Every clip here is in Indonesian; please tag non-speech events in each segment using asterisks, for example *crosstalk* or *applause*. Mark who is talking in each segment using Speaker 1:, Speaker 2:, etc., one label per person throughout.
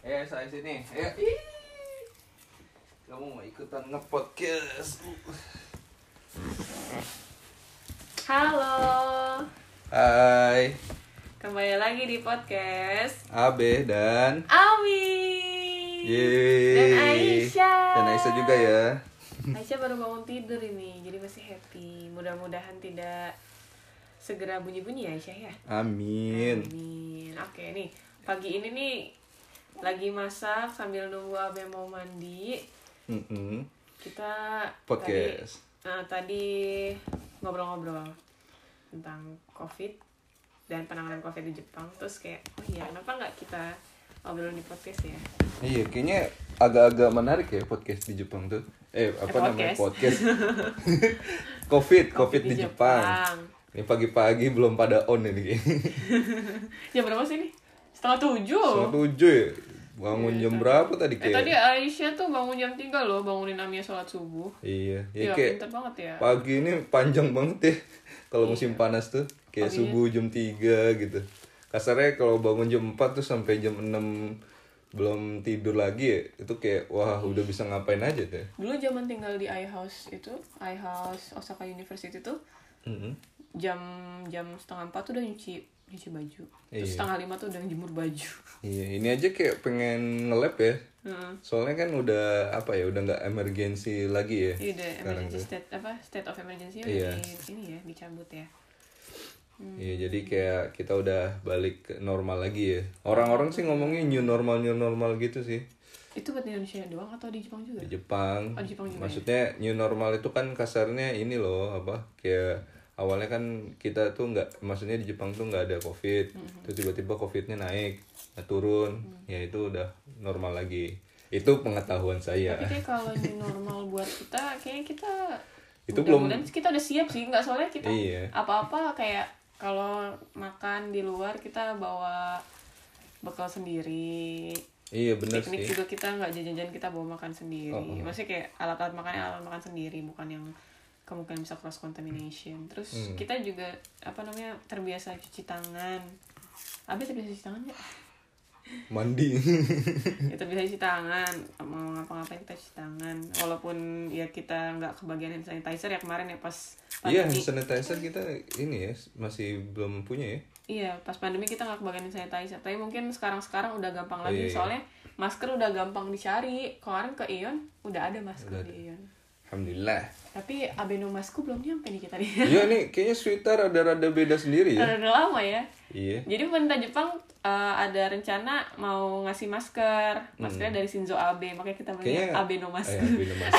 Speaker 1: Eh, saya sini. Ayo. Kamu mau ikutan nge-podcast?
Speaker 2: Halo,
Speaker 1: Hai,
Speaker 2: kembali lagi di podcast
Speaker 1: Abe dan
Speaker 2: Awi
Speaker 1: Yeay.
Speaker 2: dan Aisyah.
Speaker 1: Dan Aisyah juga ya.
Speaker 2: Aisyah baru bangun tidur ini, jadi masih happy. Mudah-mudahan tidak segera bunyi-bunyi ya Aisyah ya.
Speaker 1: Amin.
Speaker 2: Amin. Oke nih, pagi ini nih lagi masak sambil nunggu Abe mau mandi.
Speaker 1: Mm-mm.
Speaker 2: Kita tadi
Speaker 1: Podcast.
Speaker 2: Nah, tadi ngobrol-ngobrol tentang COVID dan penanganan COVID di Jepang. Terus kayak, oh iya, kenapa nggak kita ngobrolin di podcast ya?
Speaker 1: Iya, kayaknya agak-agak menarik ya podcast di Jepang tuh. Eh, apa
Speaker 2: Eh,
Speaker 1: namanya? Podcast.
Speaker 2: podcast. *laughs*
Speaker 1: Covid, Covid di, Jepang. Ini pagi-pagi belum pada on ini.
Speaker 2: Jam berapa sih ini? Setengah
Speaker 1: Setengah
Speaker 2: tujuh.
Speaker 1: tujuh ya? Bangun jam berapa tadi
Speaker 2: Eh, Oh. tadi
Speaker 1: kayak?
Speaker 2: Aisyah tuh bangun jam 3 loh, bangunin Amia sholat subuh.
Speaker 1: Iya, ya
Speaker 2: Iya,
Speaker 1: kayak
Speaker 2: pinter banget ya.
Speaker 1: pagi ini panjang banget ya kalau musim panas tuh kayak subuh jam 3 gitu kasarnya kalau bangun jam 4 tuh sampai jam 6 belum tidur lagi ya itu kayak wah udah bisa ngapain aja tuh ya.
Speaker 2: Dulu zaman tinggal di I House itu, I House Osaka University tuh
Speaker 1: Mhm.
Speaker 2: jam jam setengah empat tuh udah nyuci nyuci baju. Terus
Speaker 1: Iya.
Speaker 2: setengah lima tuh udah jemur
Speaker 1: *laughs*
Speaker 2: baju.
Speaker 1: iya ini aja kayak pengen nge-lab ya
Speaker 2: Heeh.
Speaker 1: soalnya kan udah apa ya udah nggak emergency lagi ya
Speaker 2: Iya, the
Speaker 1: sekarang
Speaker 2: emergency
Speaker 1: tuh
Speaker 2: state apa state of emergency
Speaker 1: Iya.
Speaker 2: udah di, ini ya dicabut ya.
Speaker 1: Iya jadi kayak kita udah balik ke normal lagi ya Orang-orang sih ngomongnya new normal new normal gitu sih
Speaker 2: Itu buat di Indonesia doang atau di Jepang juga?
Speaker 1: di Jepang.
Speaker 2: Oh, di Jepang juga
Speaker 1: Maksudnya new normal itu kan kasarnya ini loh apa kayak awalnya kan kita tuh nggak maksudnya di Jepang tuh nggak ada covid
Speaker 2: Mm-hmm.
Speaker 1: terus tiba-tiba covidnya naik nah, turun ya itu udah normal lagi itu pengetahuan saya
Speaker 2: Tapi kayak kalau new normal buat kita, kayaknya kita
Speaker 1: Itu
Speaker 2: mudah-mudahan kita udah siap sih, nggak soalnya kita
Speaker 1: Iya.
Speaker 2: apa-apa kayak kalau makan di luar kita bawa bekal sendiri.
Speaker 1: iya bener
Speaker 2: Piknik
Speaker 1: sih
Speaker 2: juga kita nggak jajan-jajan kita bawa makan sendiri.
Speaker 1: Oh, oh.
Speaker 2: Maksudnya kayak alat-alat makan alat makan sendiri, bukan yang kemungkinan bisa cross contamination. Terus
Speaker 1: Hmm.
Speaker 2: kita juga apa namanya terbiasa cuci tangan. Abi terbiasa cuci tangan
Speaker 1: *laughs*
Speaker 2: nggak?
Speaker 1: mandi
Speaker 2: ya terbiasa cuci tangan. Mau ngapa-ngapain kita cuci tangan. Walaupun ya kita nggak kebagian hand sanitizer ya kemarin ya pas
Speaker 1: *laughs* iya
Speaker 2: pandemi.
Speaker 1: hand sanitizer kita ini ya masih belum punya ya
Speaker 2: Iya, pas pandemi kita nggak kebagian hand sanitizer. Tapi mungkin sekarang-sekarang udah gampang lagi.
Speaker 1: Iya.
Speaker 2: Soalnya masker udah gampang dicari. Kemarin ke Ion udah ada masker
Speaker 1: Udah
Speaker 2: di Ion.
Speaker 1: alhamdulillah
Speaker 2: Tapi abenomasku belum nyampe nih kita nih. *laughs*
Speaker 1: iya nih kayaknya sweater rada-rada beda sendiri ya
Speaker 2: Udah lama ya.
Speaker 1: iya
Speaker 2: Jadi pemerintah Jepang eh, ada rencana mau ngasih masker. Maskernya dari Shinzo Abe, makanya kita
Speaker 1: Hmm. kayaknya
Speaker 2: bilangnya abenomask.
Speaker 1: Eh, abenomask.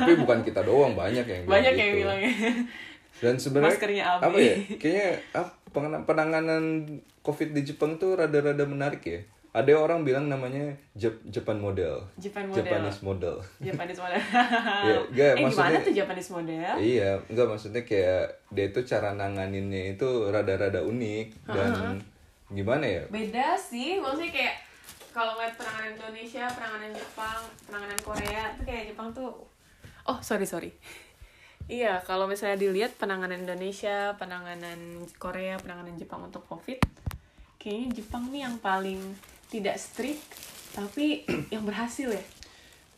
Speaker 1: tapi bukan kita doang banyak yang bilang
Speaker 2: *laughs* Banyak yang
Speaker 1: gitu.
Speaker 2: bilangnya. *laughs*
Speaker 1: dan sebenarnya
Speaker 2: Maskernya Abe.
Speaker 1: apa ya kayaknya ah, pengen- penanganan covid di Jepang tuh rada-rada menarik ya ada orang bilang namanya Jep- Japan model
Speaker 2: Japan model.
Speaker 1: Japanese model
Speaker 2: *laughs* Japanese model.
Speaker 1: Iya, nggak,
Speaker 2: eh gimana
Speaker 1: maksudnya-
Speaker 2: tuh Japanese model?
Speaker 1: iya enggak maksudnya kayak dia tuh cara nanganinnya itu rada-rada unik dan gimana ya
Speaker 2: Beda sih, maksudnya kayak kalau ngeliat penanganan Indonesia, penanganan Jepang, penanganan Korea, tuh kayak Jepang tuh Oh, sorry, sorry. *laughs* Iya, kalau misalnya dilihat penanganan Indonesia, penanganan Korea, penanganan Jepang untuk COVID, kayaknya Jepang nih yang paling tidak strict, tapi *clears throat* yang berhasil ya.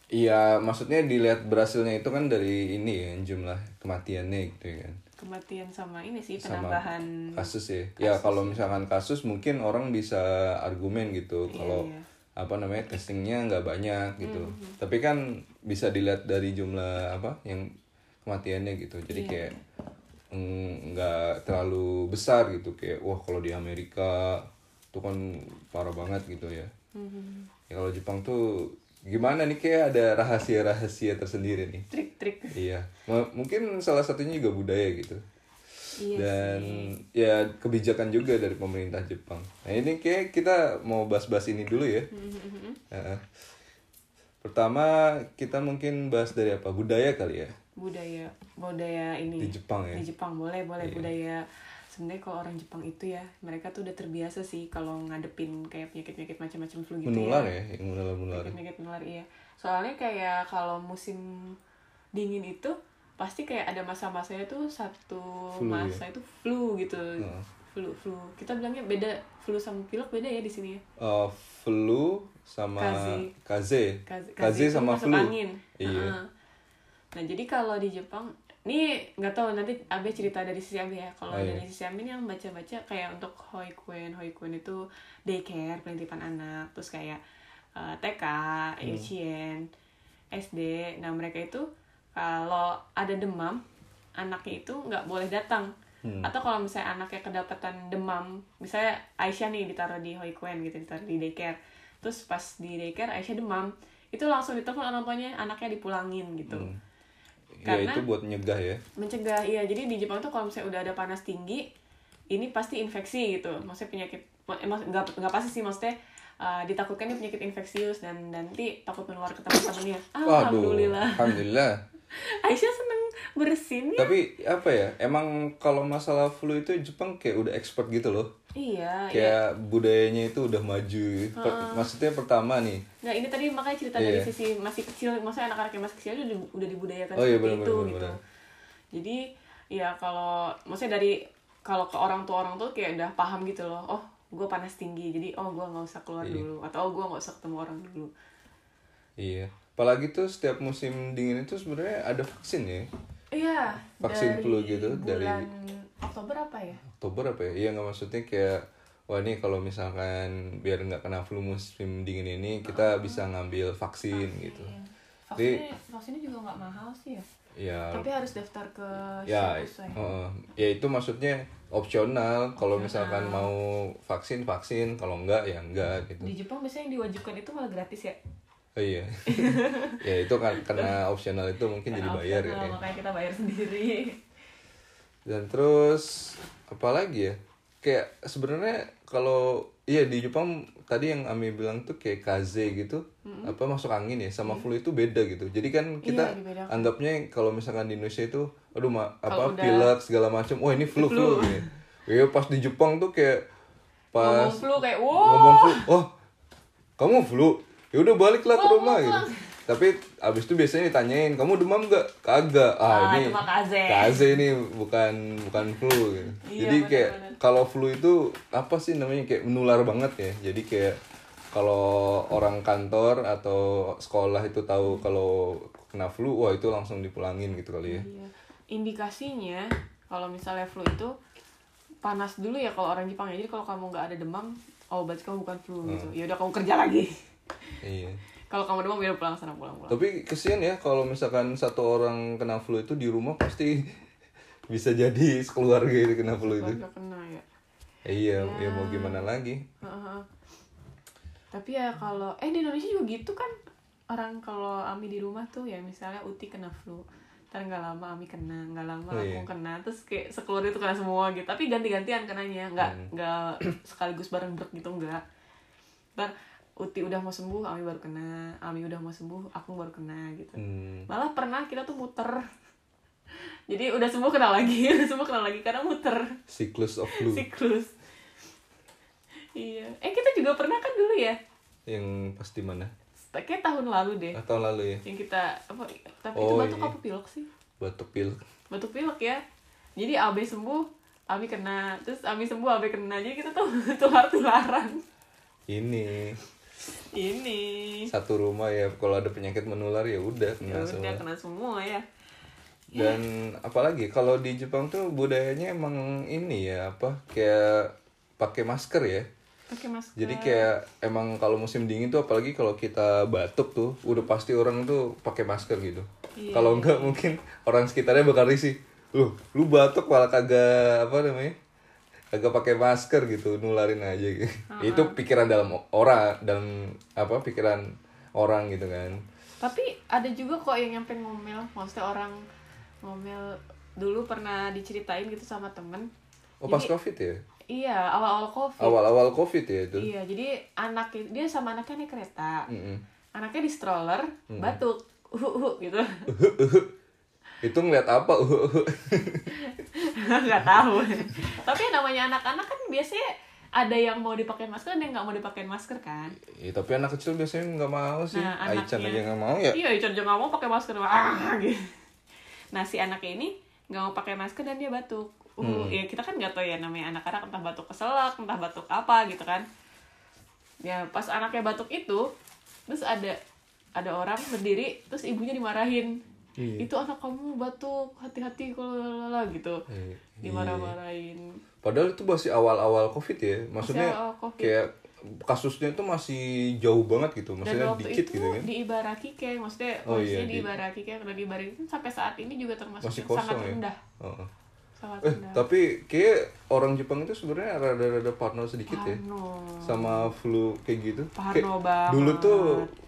Speaker 1: iya maksudnya dilihat berhasilnya itu kan dari ini ya jumlah kematiannya gitu ya kan
Speaker 2: Kematian sama ini sih,
Speaker 1: sama
Speaker 2: penambahan.
Speaker 1: kasus ya. ya kalau misalkan kasus mungkin orang bisa argumen gitu kalau
Speaker 2: iya.
Speaker 1: apa namanya testingnya nggak banyak gitu. Tapi kan bisa dilihat dari jumlah apa yang kematiannya gitu. Jadi kayak mm, nggak terlalu besar gitu kayak wah kalau di Amerika itu kan parah banget gitu ya.
Speaker 2: Mhm.
Speaker 1: Ya kalau Jepang tuh gimana nih kayak ada rahasia-rahasia tersendiri nih.
Speaker 2: Trik-trik.
Speaker 1: Iya, M- mungkin salah satunya juga budaya gitu
Speaker 2: Iya
Speaker 1: dan ya kebijakan juga dari pemerintah Jepang. Nah ini kayak kita mau bahas-bahas ini dulu ya.
Speaker 2: Mm-hmm.
Speaker 1: Heeh. Pertama kita mungkin bahas dari apa budaya kali ya
Speaker 2: budaya budaya
Speaker 1: di
Speaker 2: ini
Speaker 1: Jepang ya.
Speaker 2: Iya. di Jepang boleh boleh budaya sebenarnya kalau orang Jepang itu ya mereka tuh udah terbiasa sih kalau ngadepin kayak penyakit-penyakit macam-macam flu gitu
Speaker 1: Menular
Speaker 2: ya
Speaker 1: ya, yang menular-menular.
Speaker 2: penyakit menular iya soalnya kayak kalau musim dingin itu pasti kayak ada masa-masanya tuh satu
Speaker 1: Flu, ya?
Speaker 2: masa itu flu gitu
Speaker 1: Heeh.
Speaker 2: flu flu kita bilangnya beda flu sama pilek beda ya di sini ya
Speaker 1: Eh, flu sama
Speaker 2: Kaze.
Speaker 1: Kaze.
Speaker 2: Kaze,
Speaker 1: Kaze
Speaker 2: itu
Speaker 1: sama
Speaker 2: masuk
Speaker 1: flu.
Speaker 2: angin.
Speaker 1: Iya.
Speaker 2: Heeh. Nah jadi kalau di Jepang, ini nggak tahu nanti Abe cerita dari sisi Abe ya. Kalau
Speaker 1: Ah, iya.
Speaker 2: dari sisi Abe ini yang baca-baca kayak untuk hoikuen, hoikuen itu daycare penitipan anak, terus kayak eh, TK,
Speaker 1: Hmm.
Speaker 2: Yuchien, SD. Nah mereka itu kalau ada demam anaknya itu nggak boleh datang.
Speaker 1: Hmm.
Speaker 2: Atau kalau misalnya anaknya kedapatan demam, misalnya Aisyah nih ditaruh di hoikuen gitu, ditaruh di daycare. Terus pas di daycare Aisyah demam, itu langsung ditelepon orang tuanya, anaknya dipulangin gitu.
Speaker 1: Hmm.
Speaker 2: Karena-
Speaker 1: Ya itu buat nyegah ya.
Speaker 2: Mencegah, iya. Jadi di Jepang tuh kalau misalnya udah ada panas tinggi, ini pasti infeksi gitu. Maksudnya penyakit, eh, mak- nggak nggak pasti sih, maksudnya eh, ditakutkan ini penyakit infeksius dan nanti takut menular ke teman-temannya. Alhamdulillah.
Speaker 1: Waduh,
Speaker 2: *laughs*
Speaker 1: Alhamdulillah.
Speaker 2: Aisyah seneng bersin ya.
Speaker 1: Tapi apa ya? Emang kalau masalah flu itu Jepang kayak udah expert gitu loh.
Speaker 2: Iya, iya. Ah.
Speaker 1: Kayak budayanya itu udah maju. Per- maksudnya pertama nih.
Speaker 2: Nah ini tadi makanya cerita dari
Speaker 1: Iya.
Speaker 2: sisi masih kecil, maksudnya anak-anak yang masih kecil itu udah, udah dibudayakan
Speaker 1: Oh iya,
Speaker 2: seperti
Speaker 1: benar,
Speaker 2: itu
Speaker 1: benar,
Speaker 2: gitu.
Speaker 1: benar.
Speaker 2: Jadi ya kalau maksudnya dari kalau ke orang tua orang tuh kayak udah paham gitu loh. Oh gue panas tinggi, jadi oh gue nggak usah keluar
Speaker 1: Iya.
Speaker 2: dulu atau oh gue nggak usah ketemu orang dulu.
Speaker 1: Iya. Apalagi tuh setiap musim dingin itu sebenarnya ada vaksin ya.
Speaker 2: Iya.
Speaker 1: Vaksin
Speaker 2: dari
Speaker 1: flu gitu, dari-
Speaker 2: bulan Oktober apa ya?
Speaker 1: Oktober apa ya? Iya nggak maksudnya kayak wah ini kalau misalkan biar nggak kena flu musim dingin ini
Speaker 2: Ah.
Speaker 1: kita bisa ngambil vaksin gitu. Jadi-
Speaker 2: Iya. vaksinnya juga nggak mahal sih ya.
Speaker 1: Ya.
Speaker 2: harus daftar ke
Speaker 1: ya,
Speaker 2: Shokusai.
Speaker 1: heeh. ya itu maksudnya opsional. Kalau misalkan mau vaksin vaksin, kalau enggak ya enggak gitu.
Speaker 2: Di Jepang biasanya yang diwajibkan itu malah gratis ya.
Speaker 1: Oh, iya. *laughs* ya itu kan karena opsional itu mungkin jadi
Speaker 2: Karena
Speaker 1: bayar ya.
Speaker 2: opsional, Makanya kita bayar *laughs* sendiri.
Speaker 1: Dan terus apa lagi ya? Kayak sebenarnya kalau iya di Jepang tadi yang Ami bilang tuh kayak kaze gitu, apa masuk angin ya sama flu itu beda gitu. Jadi kan kita
Speaker 2: Iya, dibedakan.
Speaker 1: anggapnya kalau misalkan di Indonesia itu aduh ma-
Speaker 2: Kalau
Speaker 1: apa
Speaker 2: udah-
Speaker 1: pilek segala macam. Wah, ini flu flu. gitu. Iya, pas di Jepang tuh kayak pas
Speaker 2: ngomong flu kan kayak wow
Speaker 1: ngomong flu oh kamu flu ya udah baliklah ke rumah gitu tapi abis itu biasanya ditanyain kamu demam gak kagak ah,
Speaker 2: Ah,
Speaker 1: ini
Speaker 2: itu mah kaze.
Speaker 1: kaze ini bukan bukan flu gitu.
Speaker 2: Iya,
Speaker 1: jadi kayak
Speaker 2: benar-benar.
Speaker 1: kalau flu itu apa sih namanya kayak menular banget ya jadi kayak kalau orang kantor atau sekolah itu tahu kalau kena flu wah itu langsung dipulangin gitu kali ya
Speaker 2: Iya. indikasinya kalau misalnya flu itu panas dulu ya kalau orang Jepang ya jadi kalau kamu nggak ada demam oh berarti kamu bukan flu gitu
Speaker 1: Hmm.
Speaker 2: ya udah kamu kerja lagi *laughs*
Speaker 1: iya
Speaker 2: kalau kamu demam ya udah pulang sana pulang pulang
Speaker 1: Tapi kesian ya kalau misalkan satu orang kena flu itu di rumah pasti *laughs* bisa jadi sekeluarga itu kena flu itu.
Speaker 2: Keluarga kena ya
Speaker 1: Ya, iya, ya mau gimana lagi?
Speaker 2: Heeh. tapi ya kalau eh di Indonesia juga gitu kan orang kalau Ami di rumah tuh ya misalnya Uti kena flu ntar nggak lama Ami kena nggak lama
Speaker 1: Oh,
Speaker 2: aku
Speaker 1: iya.
Speaker 2: kena terus kayak sekeluarga itu kena semua gitu tapi ganti-gantian kenanya nggak
Speaker 1: Hmm.
Speaker 2: nggak sekaligus bareng brek gitu nggak ntar Uti udah mau sembuh Ami baru kena Ami udah mau sembuh aku baru kena gitu
Speaker 1: Hmm,
Speaker 2: malah pernah kita tuh muter *laughs* jadi udah sembuh kena lagi *laughs* udah sembuh kena lagi karena muter
Speaker 1: siklus of flu
Speaker 2: siklus iya eh kita juga pernah kan dulu ya
Speaker 1: yang pasti mana?
Speaker 2: kayak tahun lalu deh
Speaker 1: Ah, tahun lalu ya,
Speaker 2: yang kita apa tapi itu
Speaker 1: Oh,
Speaker 2: batuk
Speaker 1: iya.
Speaker 2: apa pilek sih
Speaker 1: batuk pil.
Speaker 2: batuk pilek ya jadi abe sembuh abi kena terus abi sembuh abe kena jadi kita tuh *laughs* tular tularan
Speaker 1: Ini
Speaker 2: ini
Speaker 1: satu rumah ya kalau ada penyakit menular ya udah
Speaker 2: ya
Speaker 1: kena
Speaker 2: udah
Speaker 1: semua.
Speaker 2: kena semua ya
Speaker 1: Dan apalagi kalau di Jepang tuh budayanya emang ini ya apa kayak pakai masker ya.
Speaker 2: pakai masker
Speaker 1: Jadi kayak emang kalau musim dingin tuh apalagi kalau kita batuk tuh udah pasti orang tuh pakai masker gitu.
Speaker 2: Iya.
Speaker 1: Kalau enggak mungkin orang sekitarnya bakal risih. Loh, lu batuk malah kagak apa namanya? Kagak pakai masker gitu, nularin aja gitu. Itu pikiran dalam o- orang dalam apa pikiran orang gitu kan.
Speaker 2: tapi ada juga kok yang nyampe ngomel maksudnya orang ngomel dulu pernah diceritain gitu sama temen
Speaker 1: Oh, pas Covid ya?
Speaker 2: iya awal awal covid
Speaker 1: Awal-awal Covid ya itu.
Speaker 2: Iya, jadi anak dia sama anaknya naik kereta.
Speaker 1: Mm-mm.
Speaker 2: Anaknya di stroller, batuk, uhuh gitu. *laughs*
Speaker 1: Itu ngeliat apa? *laughs*
Speaker 2: nggak tahu. Tapi yang namanya anak-anak kan biasanya ada yang mau dipakai masker, ada yang nggak mau dipakai masker kan.
Speaker 1: Ya, tapi anak kecil biasanya nggak mau sih.
Speaker 2: Nah,
Speaker 1: Aichan
Speaker 2: anaknya.
Speaker 1: aja nggak mau ya.
Speaker 2: Iya, Ican juga nggak mau pakai masker. Ah, *laughs* gitu. Nah, si anak ini nggak mau pakai masker dan dia batuk. Uh, ya kita kan nggak tahu ya namanya anak-anak entah batuk keselak, entah batuk apa gitu kan. ya pas anaknya batuk itu terus ada ada orang berdiri terus ibunya dimarahin
Speaker 3: Iya.
Speaker 2: itu anak kamu batuk hati-hati kalau lalala," gitu
Speaker 1: Iya.
Speaker 2: dimarah-marahin
Speaker 1: Padahal itu masih awal-awal COVID ya. Maksudnya
Speaker 2: awal COVID.
Speaker 1: kayak kasusnya itu masih jauh banget gitu.
Speaker 2: dan
Speaker 1: Maksudnya
Speaker 2: waktu
Speaker 1: dikit
Speaker 2: itu
Speaker 1: gitu kan.
Speaker 2: di Ibaraki kayak maksudnya
Speaker 1: Oh, iya,
Speaker 2: kondisinya di
Speaker 1: di-
Speaker 2: Ibaraki kayak dan Ibaraki itu sampai saat ini juga termasuk
Speaker 1: Masih
Speaker 2: yang
Speaker 1: kosong
Speaker 2: sangat
Speaker 1: ya.
Speaker 2: rendah
Speaker 1: Heeh.
Speaker 2: sangat
Speaker 1: Eh,
Speaker 2: rendah
Speaker 1: tapi kayak orang Jepang itu sebenarnya rada-rada parno sedikit ya.
Speaker 2: Parno.
Speaker 1: Sama flu kayak gitu.
Speaker 2: Parno
Speaker 1: Kayak
Speaker 2: banget.
Speaker 1: Dulu tuh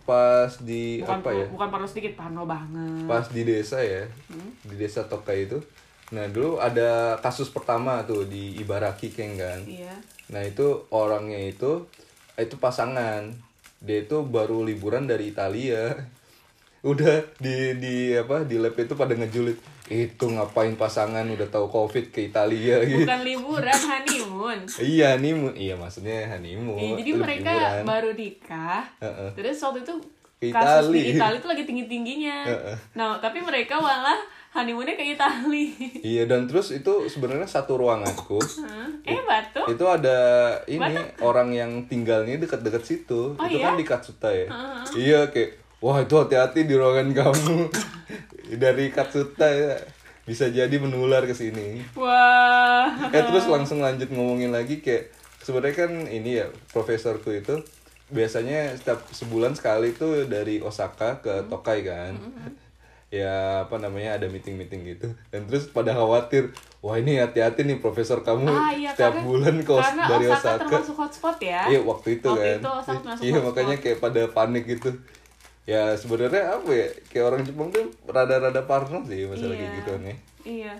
Speaker 1: pas di
Speaker 2: bukan
Speaker 1: apa ya?
Speaker 2: bukan parno sedikit parno banget
Speaker 1: Pas di desa ya.
Speaker 2: Hmm?
Speaker 1: Di desa Tokai itu. Nah, dulu ada kasus pertama tuh di Ibaraki Ken kan.
Speaker 2: iya
Speaker 1: Nah itu orangnya itu itu pasangan. Dia itu baru liburan dari Italia. *laughs* Udah di di apa di lab itu pada ngejulit. Itu ngapain pasangan udah tahu Covid ke Italia *laughs* gitu.
Speaker 2: bukan liburan honeymoon
Speaker 1: Iya honeymoon. Iya maksudnya honeymoon.
Speaker 2: Iya, jadi
Speaker 1: Terus
Speaker 2: mereka
Speaker 1: Oh, liburan.
Speaker 2: baru nikah.
Speaker 1: Heeh.
Speaker 2: Terus waktu itu
Speaker 1: Ke
Speaker 2: kasus
Speaker 1: Itali.
Speaker 2: di Itali itu lagi tinggi-tingginya. Nah, tapi mereka malah honeymoonnya ke Itali. *laughs*
Speaker 1: Iya dan terus itu sebenarnya satu ruanganku.
Speaker 2: Hah? eh, batu.
Speaker 1: itu ada ini orang yang tinggalnya deket-deket situ
Speaker 2: Oh,
Speaker 1: itu
Speaker 2: iya?
Speaker 1: kan di Katsuta ya iya kayak wah itu hati-hati di ruangan kamu *laughs* dari Katsuta ya. bisa jadi menular ke sini
Speaker 2: Wah.
Speaker 1: eh terus langsung lanjut ngomongin lagi kayak sebenarnya kan ini ya profesorku itu biasanya setiap sebulan sekali tuh dari Osaka ke
Speaker 2: Hmm.
Speaker 1: Tokai kan *laughs* ya apa namanya ada meeting meeting gitu dan terus pada khawatir wah ini hati-hati nih profesor kamu
Speaker 2: Ah, iya,
Speaker 1: setiap
Speaker 2: karena-
Speaker 1: bulan ke Os-
Speaker 2: karena
Speaker 1: dari
Speaker 2: Osaka,
Speaker 1: Osaka,
Speaker 2: termasuk hotspot ya.
Speaker 1: iya waktu itu
Speaker 2: Waktu
Speaker 1: kan
Speaker 2: itu Osaka termasuk
Speaker 1: iya
Speaker 2: hotspot.
Speaker 1: makanya kayak pada panik gitu ya sebenarnya apa ya kayak orang Jepang tuh rada-rada parno sih masalah
Speaker 2: Iya.
Speaker 1: kayak gitu nih
Speaker 2: Iya.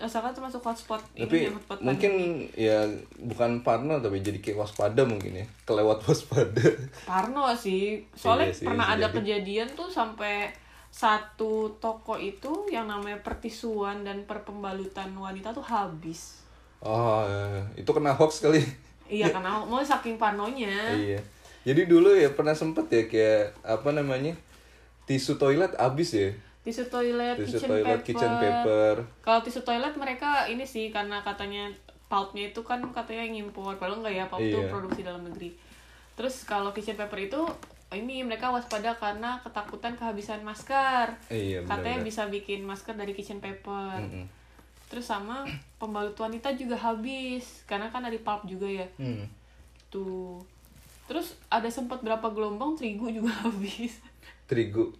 Speaker 2: Osaka termasuk hotspot.
Speaker 1: tapi
Speaker 2: Ini hotspot kan.
Speaker 1: mungkin ya bukan parno tapi jadi kayak waspada mungkin ya kelewat waspada *laughs*
Speaker 2: Parno sih. Soalnya
Speaker 1: Iya sih,
Speaker 2: pernah
Speaker 1: bisa
Speaker 2: ada
Speaker 1: jadi.
Speaker 2: kejadian tuh sampai satu toko itu yang namanya pertisuan dan perpembalutan wanita tuh habis.
Speaker 1: oh itu kena hoax kali
Speaker 2: Iya, karena mau saking parnonya.
Speaker 1: iya jadi dulu ya pernah sempet ya kayak apa namanya tisu toilet habis ya
Speaker 2: Tisu toilet,
Speaker 1: tisu
Speaker 2: kitchen,
Speaker 1: toilet
Speaker 2: paper.
Speaker 1: kitchen paper
Speaker 2: Kalau tisu toilet mereka ini sih karena katanya pulpnya itu kan katanya ngimpor, padahal enggak ya pulp itu
Speaker 1: Iya.
Speaker 2: produksi dalam negeri. Terus kalau kitchen paper itu ini mereka waspada karena ketakutan kehabisan masker.
Speaker 1: iya benar
Speaker 2: katanya bisa bikin masker dari kitchen paper.
Speaker 1: Mm-mm.
Speaker 2: Terus sama pembalut wanita juga habis karena kan dari pulp juga ya.
Speaker 1: hmm.
Speaker 2: Tuh. Terus ada sempat berapa gelombang terigu juga *laughs* habis.
Speaker 1: terigu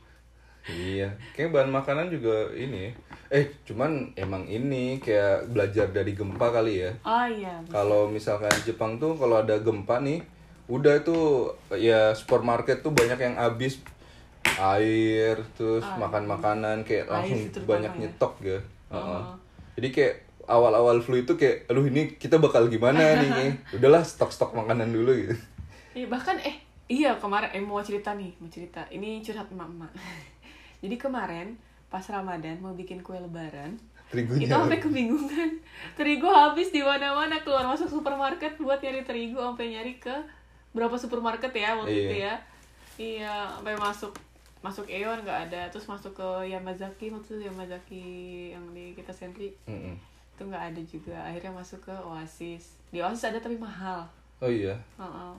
Speaker 1: iya kayak bahan makanan juga ini ya. eh cuman emang ini kayak belajar dari gempa kali ya
Speaker 2: Oh iya.
Speaker 1: Kalau misalkan di Jepang tuh kalau ada gempa nih, udah itu ya supermarket tuh banyak yang habis air terus makan makanan kayak
Speaker 2: Ah. Air
Speaker 1: langsung
Speaker 2: sih terutama
Speaker 1: banyak
Speaker 2: ya.
Speaker 1: nyetok ya. Heeh. Jadi kayak awal-awal flu itu kayak aduh ini kita bakal
Speaker 2: *laughs*
Speaker 1: gimana nih. ya? Udahlah stok-stok makanan dulu gitu.
Speaker 2: Iya bahkan eh iya kemarin eh mau cerita nih mau cerita ini curhat emak-emak. *laughs* Jadi kemarin pas Ramadan mau bikin kue Lebaran itu
Speaker 1: Terigunya.
Speaker 2: sampai kebingungan *laughs* terigu habis di mana-mana keluar masuk supermarket buat nyari terigu sampai nyari ke berapa supermarket ya waktu
Speaker 1: Iya.
Speaker 2: itu ya iya sampai masuk masuk Aeon nggak ada terus masuk ke Yamazaki waktu itu Yamazaki yang di kita sentri
Speaker 1: Mm-mm.
Speaker 2: itu nggak ada juga akhirnya masuk ke Oasis di Oasis ada tapi mahal
Speaker 1: Oh iya.
Speaker 2: Heeh.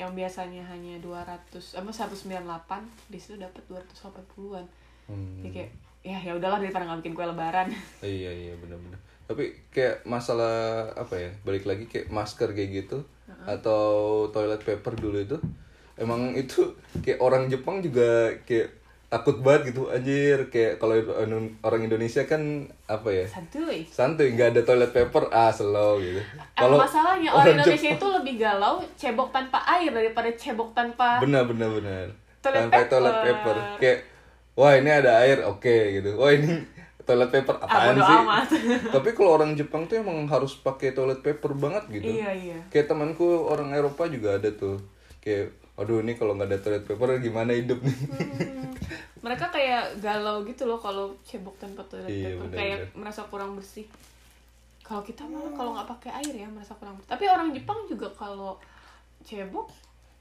Speaker 2: Yang biasanya hanya 200 apa 198 di situ dapat 280-an.
Speaker 1: Hmm.
Speaker 2: Jadi kayak ya ya udahlah daripada nggak bikin kue
Speaker 1: *laughs*
Speaker 2: lebaran.
Speaker 1: Iya iya benar-benar. Tapi kayak masalah apa ya? Balik lagi kayak masker kayak gitu atau toilet paper dulu itu emang itu kayak orang Jepang juga kayak takut banget gitu anjir kayak kalau in- orang Indonesia kan apa ya?
Speaker 2: Santuy.
Speaker 1: Santuy nggak ada toilet paper ah slow gitu.
Speaker 2: Eh, masalahnya orang, Indonesia itu lebih galau cebok tanpa air daripada cebok tanpa
Speaker 1: benar benar benar.
Speaker 2: Toilet
Speaker 1: Sampai
Speaker 2: paper.
Speaker 1: toilet paper kayak wah ini ada air oke gitu. Wah ini *laughs* toilet paper apaan
Speaker 2: Ah, bodo
Speaker 1: sih?
Speaker 2: amat.
Speaker 1: *laughs* Tapi kalau orang Jepang tuh emang harus pakai toilet paper banget gitu.
Speaker 2: Iya iya.
Speaker 1: kayak temanku orang Eropa juga ada tuh kayak aduh ini kalau nggak ada toilet paper gimana hidup nih *laughs*
Speaker 2: Hmm. Mereka kayak galau gitu loh kalau cebok tanpa toilet
Speaker 1: Iya,
Speaker 2: paper
Speaker 1: benar,
Speaker 2: kayak
Speaker 1: benar.
Speaker 2: merasa kurang bersih. Kalau kita
Speaker 1: Hmm.
Speaker 2: malah kalau nggak pakai air ya merasa kurang bersih. Tapi orang Jepang juga kalau cebok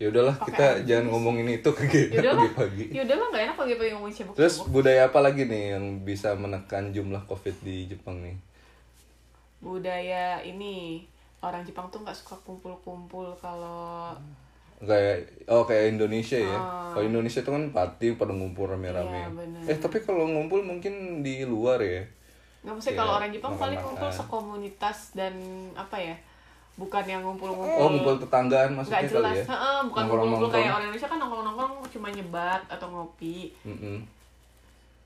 Speaker 1: ya udahlah
Speaker 2: Pakai
Speaker 1: kita
Speaker 2: air
Speaker 1: jangan ngomongin itu ke kita
Speaker 2: Yaudah lah.
Speaker 1: Iya, pagi-pagi
Speaker 2: ya udahlah nggak enak pagi-pagi ngomongin cebok.
Speaker 1: terus budaya apa lagi nih yang bisa menekan jumlah covid di Jepang nih Hmm.
Speaker 2: budaya ini orang Jepang tuh nggak suka kumpul-kumpul kalau
Speaker 1: kayak oh kayak Indonesia ya
Speaker 2: Oh.
Speaker 1: kalau Indonesia itu kan party pada ngumpul
Speaker 2: Iya,
Speaker 1: rame-rame
Speaker 2: bener.
Speaker 1: eh tapi kalau ngumpul mungkin di luar ya
Speaker 2: nggak maksudnya
Speaker 1: Iya,
Speaker 2: kalau orang Jepang paling
Speaker 1: makan-makan.
Speaker 2: ngumpul sekomunitas dan apa ya bukan yang ngumpul-ngumpul
Speaker 1: oh ngumpul tetanggaan maksudnya
Speaker 2: Iya. nggak
Speaker 1: kali
Speaker 2: jelas
Speaker 1: ya
Speaker 2: Heeh, bukan
Speaker 1: Nongkrong-nongkrong.
Speaker 2: ngumpul-ngumpul kayak orang Indonesia kan nongkrong-nongkrong cuma nyebat atau ngopi
Speaker 1: Mm-mm.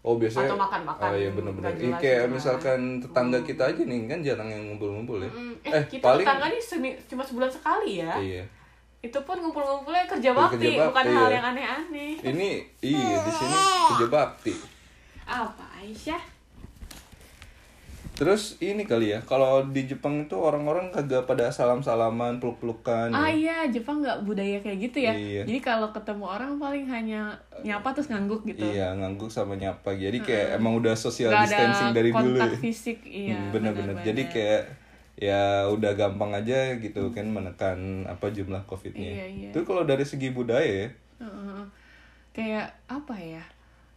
Speaker 1: oh biasanya
Speaker 2: Atau makan-makan
Speaker 1: oh iya benar-benar
Speaker 2: nggak
Speaker 1: Ih,
Speaker 2: jelas
Speaker 1: kayak
Speaker 2: gitu kan.
Speaker 1: misalkan tetangga kita aja nih kan jarang yang ngumpul-ngumpul ya
Speaker 2: Mm,
Speaker 1: eh
Speaker 2: eh, kita
Speaker 1: paling
Speaker 2: tetangga nih semi- cuma sebulan sekali ya
Speaker 1: iya
Speaker 2: itu pun ngumpul-ngumpulnya kerja bakti
Speaker 1: bakti,
Speaker 2: bukan hal
Speaker 1: iya.
Speaker 2: yang aneh-aneh
Speaker 1: ini iya di sini kerja bakti
Speaker 2: apa Aisyah
Speaker 1: Terus ini kali ya, kalau di Jepang itu orang-orang kagak pada salam-salaman, peluk-pelukan.
Speaker 2: ah
Speaker 1: ya.
Speaker 2: iya Jepang nggak budaya kayak gitu ya
Speaker 1: Iya.
Speaker 2: jadi kalau ketemu orang paling hanya nyapa terus ngangguk gitu
Speaker 1: Iya, ngangguk sama nyapa. Jadi kayak emang udah social
Speaker 2: Nggak
Speaker 1: distancing dari dulu. ya.
Speaker 2: kontak fisik iya
Speaker 1: Hmm, Bener-bener. Jadi kayak ya udah gampang aja gitu kan menekan apa jumlah COVID-nya.
Speaker 2: Hmm. Iya, iya.
Speaker 1: Itu kalau dari segi budaya ya.
Speaker 2: Heeh. kayak apa ya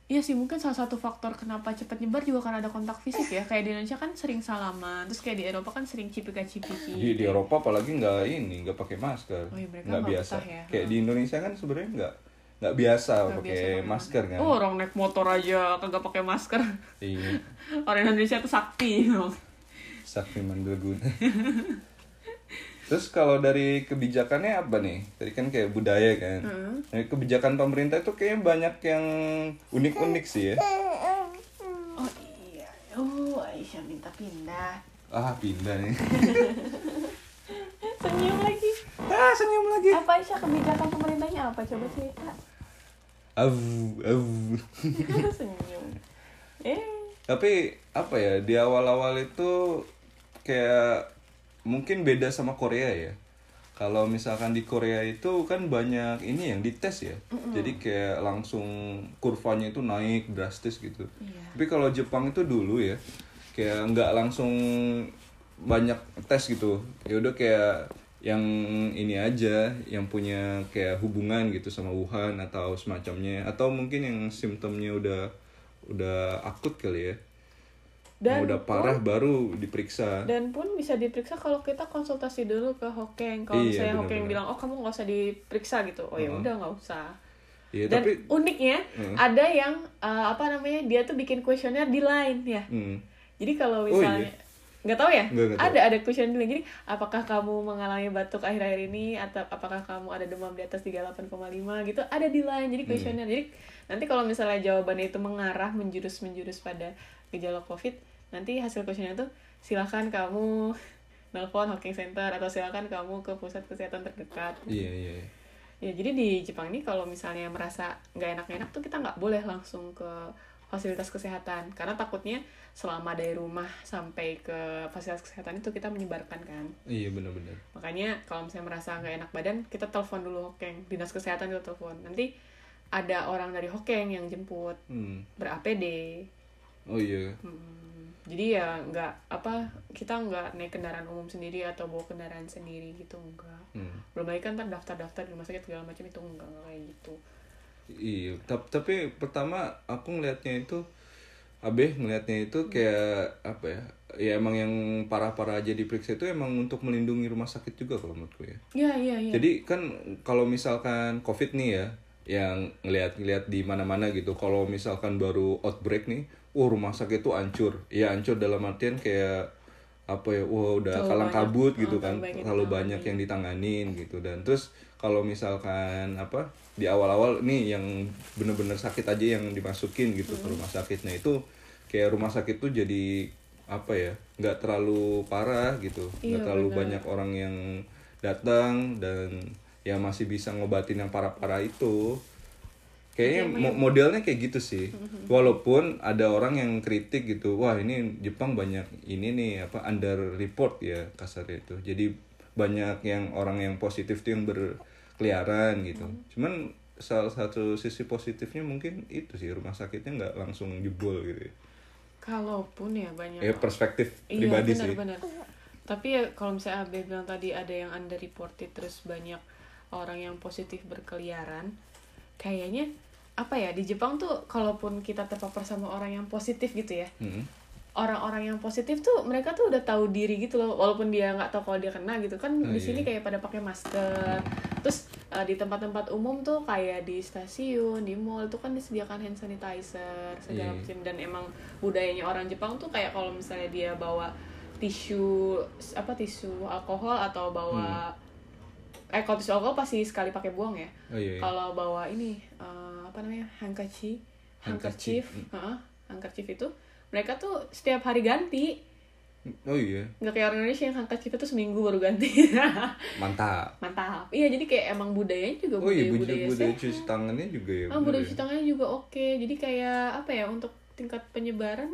Speaker 2: Iya sih mungkin salah satu faktor kenapa cepat nyebar juga karena ada kontak fisik ya kayak di Indonesia kan sering salaman terus kayak di Eropa kan sering gitu. cipika cipiki
Speaker 1: Di, di Eropa apalagi nggak ini, nggak pakai masker.
Speaker 2: Iya, Oh iya, mereka
Speaker 1: nggak
Speaker 2: nggak
Speaker 1: biasa.
Speaker 2: betah ya.
Speaker 1: Kayak di Indonesia kan sebenarnya nggak nggak biasa
Speaker 2: Nggak
Speaker 1: pakai
Speaker 2: Gitu, biasa pakai
Speaker 1: masker kan.
Speaker 2: oh orang naik motor aja kagak pakai masker *laughs*
Speaker 1: Iya.
Speaker 2: orang Indonesia tuh sakti
Speaker 1: Sakti Mandelgun. *laughs* Terus kalau dari kebijakannya apa nih? Tadi kan kayak budaya kan. Dari kebijakan pemerintah itu kayaknya banyak yang unik-unik sih ya.
Speaker 2: oh iya oh Aisyah minta pindah
Speaker 1: Ah pindah nih.
Speaker 2: *laughs*
Speaker 1: *laughs*
Speaker 2: senyum lagi
Speaker 1: ah senyum lagi.
Speaker 2: apa Aisyah kebijakan pemerintahnya apa coba *laughs* cerita
Speaker 1: Avu, avu.
Speaker 2: senyum eh
Speaker 1: Tapi apa ya di awal-awal itu kayak mungkin beda sama Korea ya. Kalau misalkan di Korea itu kan banyak ini yang dites ya. Jadi kayak langsung kurvanya itu naik drastis gitu.
Speaker 2: Iya.
Speaker 1: Tapi kalau Jepang itu dulu ya kayak nggak langsung banyak tes gitu. Ya udah kayak yang ini aja yang punya kayak hubungan gitu sama Wuhan atau semacamnya atau mungkin yang simptomnya udah udah akut kali ya.
Speaker 2: dan oh.
Speaker 1: Yang udah parah baru diperiksa.
Speaker 2: dan pun bisa diperiksa kalau kita konsultasi dulu ke Hokeng kalau
Speaker 1: Iya,
Speaker 2: misalnya Hokeng
Speaker 1: benar-benar.
Speaker 2: bilang oh kamu nggak usah diperiksa gitu oh ya
Speaker 1: Mm.
Speaker 2: udah nggak usah
Speaker 1: Iya,
Speaker 2: dan
Speaker 1: tapi
Speaker 2: uniknya
Speaker 1: Mm.
Speaker 2: ada yang eh, apa namanya dia tuh bikin kuesioner di line ya
Speaker 1: hmm,
Speaker 2: jadi
Speaker 1: Oh,
Speaker 2: kalau misalnya
Speaker 1: iya.
Speaker 2: nggak tahu ya
Speaker 1: Nggak, nggak tahu.
Speaker 2: ada ada kuesioner di line jadi apakah kamu mengalami batuk akhir-akhir ini atau apakah kamu ada demam di atas 38,5 gitu ada di line
Speaker 1: Hmm.
Speaker 2: jadi kuesioner jadi nanti kalau misalnya jawabannya itu mengarah menjurus menjurus pada gejala covid nanti hasil kuesioner itu silakan kamu *laughs* nelpon Hawking Center atau silakan kamu ke pusat kesehatan terdekat
Speaker 1: iya iya. iya.
Speaker 2: Ya jadi di Jepang ini kalau misalnya merasa nggak enak-enak tuh kita nggak boleh langsung ke fasilitas kesehatan karena takutnya selama dari rumah sampai ke fasilitas kesehatan itu kita menyebarkan kan
Speaker 1: Iya benar-benar.
Speaker 2: makanya kalau misalnya merasa nggak enak badan kita telepon dulu Hokeng dinas kesehatan kita telepon nanti ada orang dari Hokeng yang jemput
Speaker 1: Hmm.
Speaker 2: ber APD
Speaker 1: Oh iya.
Speaker 2: Mm, jadi ya nggak apa kita nggak naik kendaraan umum sendiri atau bawa kendaraan sendiri gitu enggak
Speaker 1: Hmm.
Speaker 2: belum lagi kan ntar daftar-daftar di rumah sakit segala macam itu enggak, enggak kayak gitu
Speaker 1: Iya, tap- tapi pertama aku ngelihatnya itu Abe ngelihatnya itu kayak apa ya? Ya emang yang parah-parah aja diperiksa itu emang untuk melindungi rumah sakit juga kalau menurutku ya.
Speaker 2: Iya iya iya.
Speaker 1: Jadi kan kalau misalkan COVID nih ya, yang ngelihat-ngelihat di mana-mana gitu. Kalau misalkan baru outbreak nih, wah rumah sakit tuh hancur. Ya hancur dalam artian kayak apa ya, wah udah
Speaker 2: Terlalu
Speaker 1: kalang
Speaker 2: banyak.
Speaker 1: kabut
Speaker 2: Ah,
Speaker 1: gitu
Speaker 2: terlalu
Speaker 1: kan,
Speaker 2: banyak
Speaker 1: terlalu
Speaker 2: ditangani.
Speaker 1: banyak yang ditanganin gitu. Dan terus kalau misalkan apa di awal-awal nih yang bener-bener sakit aja yang dimasukin gitu ke
Speaker 2: Hmm.
Speaker 1: rumah sakitnya itu kayak rumah sakit tuh jadi apa ya nggak terlalu parah gitu nggak
Speaker 2: Iya,
Speaker 1: terlalu
Speaker 2: benar.
Speaker 1: banyak banyak orang yang datang dan ya masih bisa ngobatin yang parah-parah itu kayaknya
Speaker 2: Iya,
Speaker 1: mo- modelnya kayak gitu sih
Speaker 2: Mm-hmm.
Speaker 1: walaupun ada orang yang kritik gitu wah ini Jepang banyak ini nih apa under report ya kasarnya itu jadi banyak yang orang yang positif tuh yang berkeliaran gitu
Speaker 2: Mm-hmm.
Speaker 1: cuman salah satu sisi positifnya mungkin itu sih rumah sakitnya nggak langsung jebol gitu ya.
Speaker 2: Kalaupun ya banyak.
Speaker 1: ya perspektif
Speaker 2: iya
Speaker 1: pribadi sih
Speaker 2: benar-benar. Tapi ya kalau misalnya Abe bilang tadi ada yang underreported terus banyak orang yang positif berkeliaran, kayaknya apa ya di Jepang tuh kalaupun kita terpapar sama orang yang positif gitu ya
Speaker 1: Mm-mm.
Speaker 2: orang-orang yang positif tuh mereka tuh udah tahu diri gitu loh walaupun dia nggak tahu kalau dia kena gitu kan
Speaker 1: Oh,
Speaker 2: di sini kayak pada pakai masker terus eh, di tempat-tempat umum tuh kayak di stasiun, di mall tuh kan disediakan hand sanitizer segala
Speaker 1: Iya.
Speaker 2: macam dan emang budayanya orang Jepang tuh kayak kalau misalnya dia bawa tisu apa tisu alkohol atau bawa
Speaker 1: Hmm.
Speaker 2: eh kalau tisu alkohol pasti sekali pakai buang ya.
Speaker 1: Oh iya. iya.
Speaker 2: Kalau bawa ini eh, apa namanya handkerchief, handkerchief,
Speaker 1: Handkerchief, mm.
Speaker 2: heeh, handkerchief itu mereka tuh setiap hari ganti.
Speaker 1: Oh iya.
Speaker 2: Nggak kayak orang Indonesia yang handkerchief itu seminggu baru ganti. *laughs*
Speaker 1: Mantap.
Speaker 2: Mantap. Iya jadi kayak emang budayanya juga
Speaker 1: Oh iya,
Speaker 2: budaya-budaya
Speaker 1: budaya, budaya
Speaker 2: sehat.
Speaker 1: cuci tangannya juga ya.
Speaker 2: Ah,
Speaker 1: bener
Speaker 2: budaya
Speaker 1: ya.
Speaker 2: cuci tangannya juga oke. Jadi kayak apa ya untuk tingkat penyebaran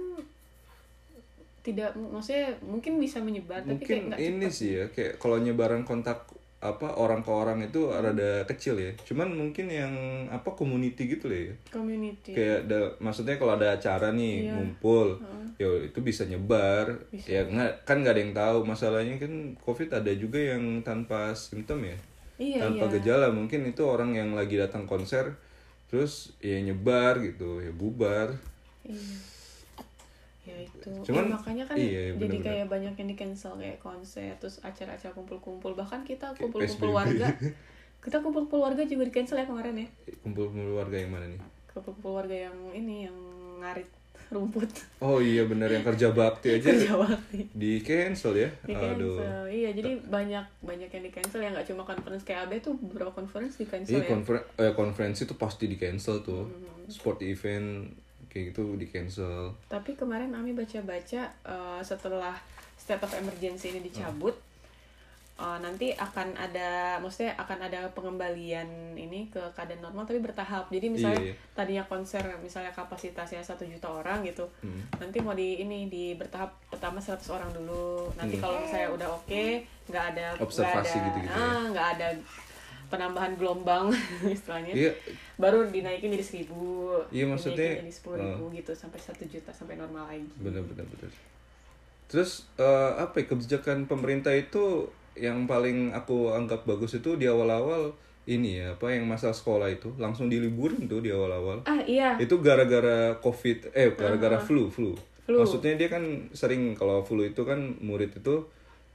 Speaker 2: tidak maksudnya mungkin bisa menyebar tapi kayak
Speaker 1: Mungkin
Speaker 2: nggak
Speaker 1: ini sih ya, kayak kalau nyebaran kontak apa orang ke orang itu rada kecil ya. Cuman mungkin yang apa community gitu lah ya.
Speaker 2: community.
Speaker 1: kayak ada maksudnya kalau ada acara
Speaker 2: Iya.
Speaker 1: nih ngumpul ya itu bisa nyebar ya nggak kan nggak ada yang tahu masalahnya kan covid ada juga yang tanpa simptom ya
Speaker 2: Iya,
Speaker 1: tanpa gejala mungkin itu orang yang lagi datang konser terus ya nyebar gitu ya bubar
Speaker 2: Iya. Ya itu.
Speaker 1: Cuman-
Speaker 2: Ya, makanya kan
Speaker 1: iya,
Speaker 2: jadi
Speaker 1: bener-bener.
Speaker 2: kayak banyak yang di cancel kayak konser terus acara-acara kumpul-kumpul bahkan kita
Speaker 1: Kayak
Speaker 2: kumpul-kumpul
Speaker 1: PSBB. *laughs*
Speaker 2: warga. Kita kumpul-kumpul warga juga di cancel ya kemarin ya.
Speaker 1: kumpul keluarga yang mana nih
Speaker 2: Kumpul-kumpul warga yang ini yang ngarit rumput
Speaker 1: oh iya bener
Speaker 2: *laughs*
Speaker 1: yang kerja bakti aja
Speaker 2: kerja bakti.
Speaker 1: di cancel ya
Speaker 2: Di
Speaker 1: Iya. aduh
Speaker 2: cancel. Iya, jadi banyak banyak yang di cancel ya nggak cuma conference kayak AB tuh beberapa conference di cancel
Speaker 1: Iya
Speaker 2: ya.
Speaker 1: konfer- eh, konferensi tuh pasti di cancel tuh sport event kayak gitu di cancel
Speaker 2: Tapi kemarin Ami baca-baca eh, setelah state of emergency ini dicabut, eh, nanti akan ada, maksudnya akan ada pengembalian ini ke keadaan normal tapi bertahap. Jadi
Speaker 1: Iya,
Speaker 2: misalnya
Speaker 1: iya.
Speaker 2: tadinya konser misalnya kapasitasnya satu juta orang gitu,
Speaker 1: Hmm.
Speaker 2: nanti mau di ini di bertahap pertama 100 orang dulu. Nanti kalau misalnya udah oke, nggak ada nggak
Speaker 1: Hmm. Observasi
Speaker 2: ada-
Speaker 1: gitu-gitu ya.
Speaker 2: ah, nggak ada penambahan gelombang *laughs* istilahnya
Speaker 1: iya
Speaker 2: baru dinaikin jadi seribu
Speaker 1: Iya,
Speaker 2: dinaikin
Speaker 1: maksudnya, eh.
Speaker 2: jadi sepuluh ribu gitu sampai satu juta sampai normal lagi
Speaker 1: bener bener bener terus eh, apa ya, kebijakan pemerintah itu yang paling aku anggap bagus itu di awal awal ini ya apa yang masalah sekolah itu langsung diliburin tuh di awal awal
Speaker 2: ah iya
Speaker 1: itu gara-gara covid eh gara-gara flu, flu
Speaker 2: Ah. Flu.
Speaker 1: maksudnya dia kan sering kalau flu itu kan murid itu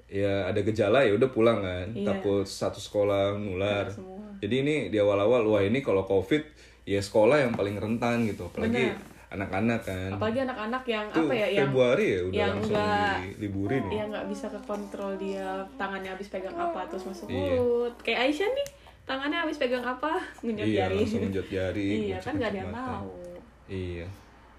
Speaker 1: ya ada gejala ya udah pulang kan
Speaker 2: Iya.
Speaker 1: takut satu sekolah nular
Speaker 2: semua
Speaker 1: jadi ini di awal-awal wah ini kalau covid ya sekolah yang paling rentan gitu apalagi anak-anak kan
Speaker 2: apalagi anak-anak yang
Speaker 1: Itu
Speaker 2: apa ya yang
Speaker 1: Februari ya udah
Speaker 2: yang
Speaker 1: langsung
Speaker 2: enggak-
Speaker 1: diliburin ya.
Speaker 2: yang nggak bisa ke kontrol dia tangannya habis pegang apa terus masuk
Speaker 1: Iya.
Speaker 2: mulut kayak Aisyah nih tangannya habis pegang apa nginjak
Speaker 1: Iya,
Speaker 2: jari
Speaker 1: langsung menjot jari.
Speaker 2: *laughs* iya kan nggak
Speaker 1: ngucek-ngucek
Speaker 2: ada yang
Speaker 1: mata.
Speaker 2: tahu
Speaker 1: Iya.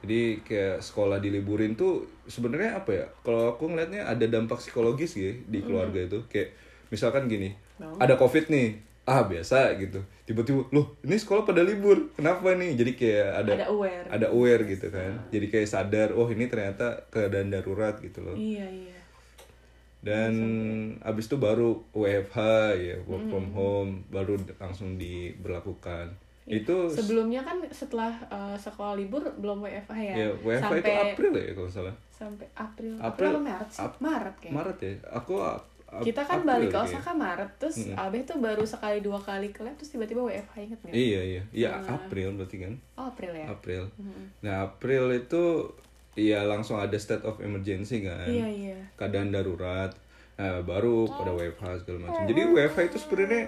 Speaker 1: Jadi kayak sekolah diliburin tuh sebenarnya apa ya? Kalau aku ngelihatnya ada dampak psikologis ya di keluarga
Speaker 2: Hmm.
Speaker 1: itu. Kayak misalkan gini,
Speaker 2: Bangun.
Speaker 1: ada covid nih, ah biasa gitu. Tiba-tiba, loh ini sekolah pada libur, kenapa nih? Jadi kayak ada
Speaker 2: ada aware
Speaker 1: ada aware gitu kan. Jadi kayak sadar, oh ini ternyata keadaan darurat gitu loh.
Speaker 2: iya iya
Speaker 1: dan abis itu baru WFH ya work
Speaker 2: Hmm.
Speaker 1: from home baru d- langsung diberlakukan
Speaker 2: Iya,
Speaker 1: itu
Speaker 2: sebelumnya kan setelah eh, sekolah libur belum WFH ya,
Speaker 1: ya WFH
Speaker 2: sampai
Speaker 1: itu April ya kalau nggak salah
Speaker 2: sampai April April,
Speaker 1: April.
Speaker 2: apa Maret sih Maret kayaknya
Speaker 1: Maret ya aku ap- ap-
Speaker 2: kita kan
Speaker 1: April
Speaker 2: balik ke
Speaker 1: kayaknya.
Speaker 2: Osaka Maret terus Abeh tuh baru sekali dua kali ke lab terus tiba-tiba WFH inget nggak?
Speaker 1: iya iya iya
Speaker 2: Ah.
Speaker 1: April berarti kan
Speaker 2: Oh April ya?
Speaker 1: April nah April itu ya langsung ada state of emergency kan
Speaker 2: Iya iya. Oh.
Speaker 1: keadaan darurat nah, baru pada WFH segala macam jadi WFH itu sebenarnya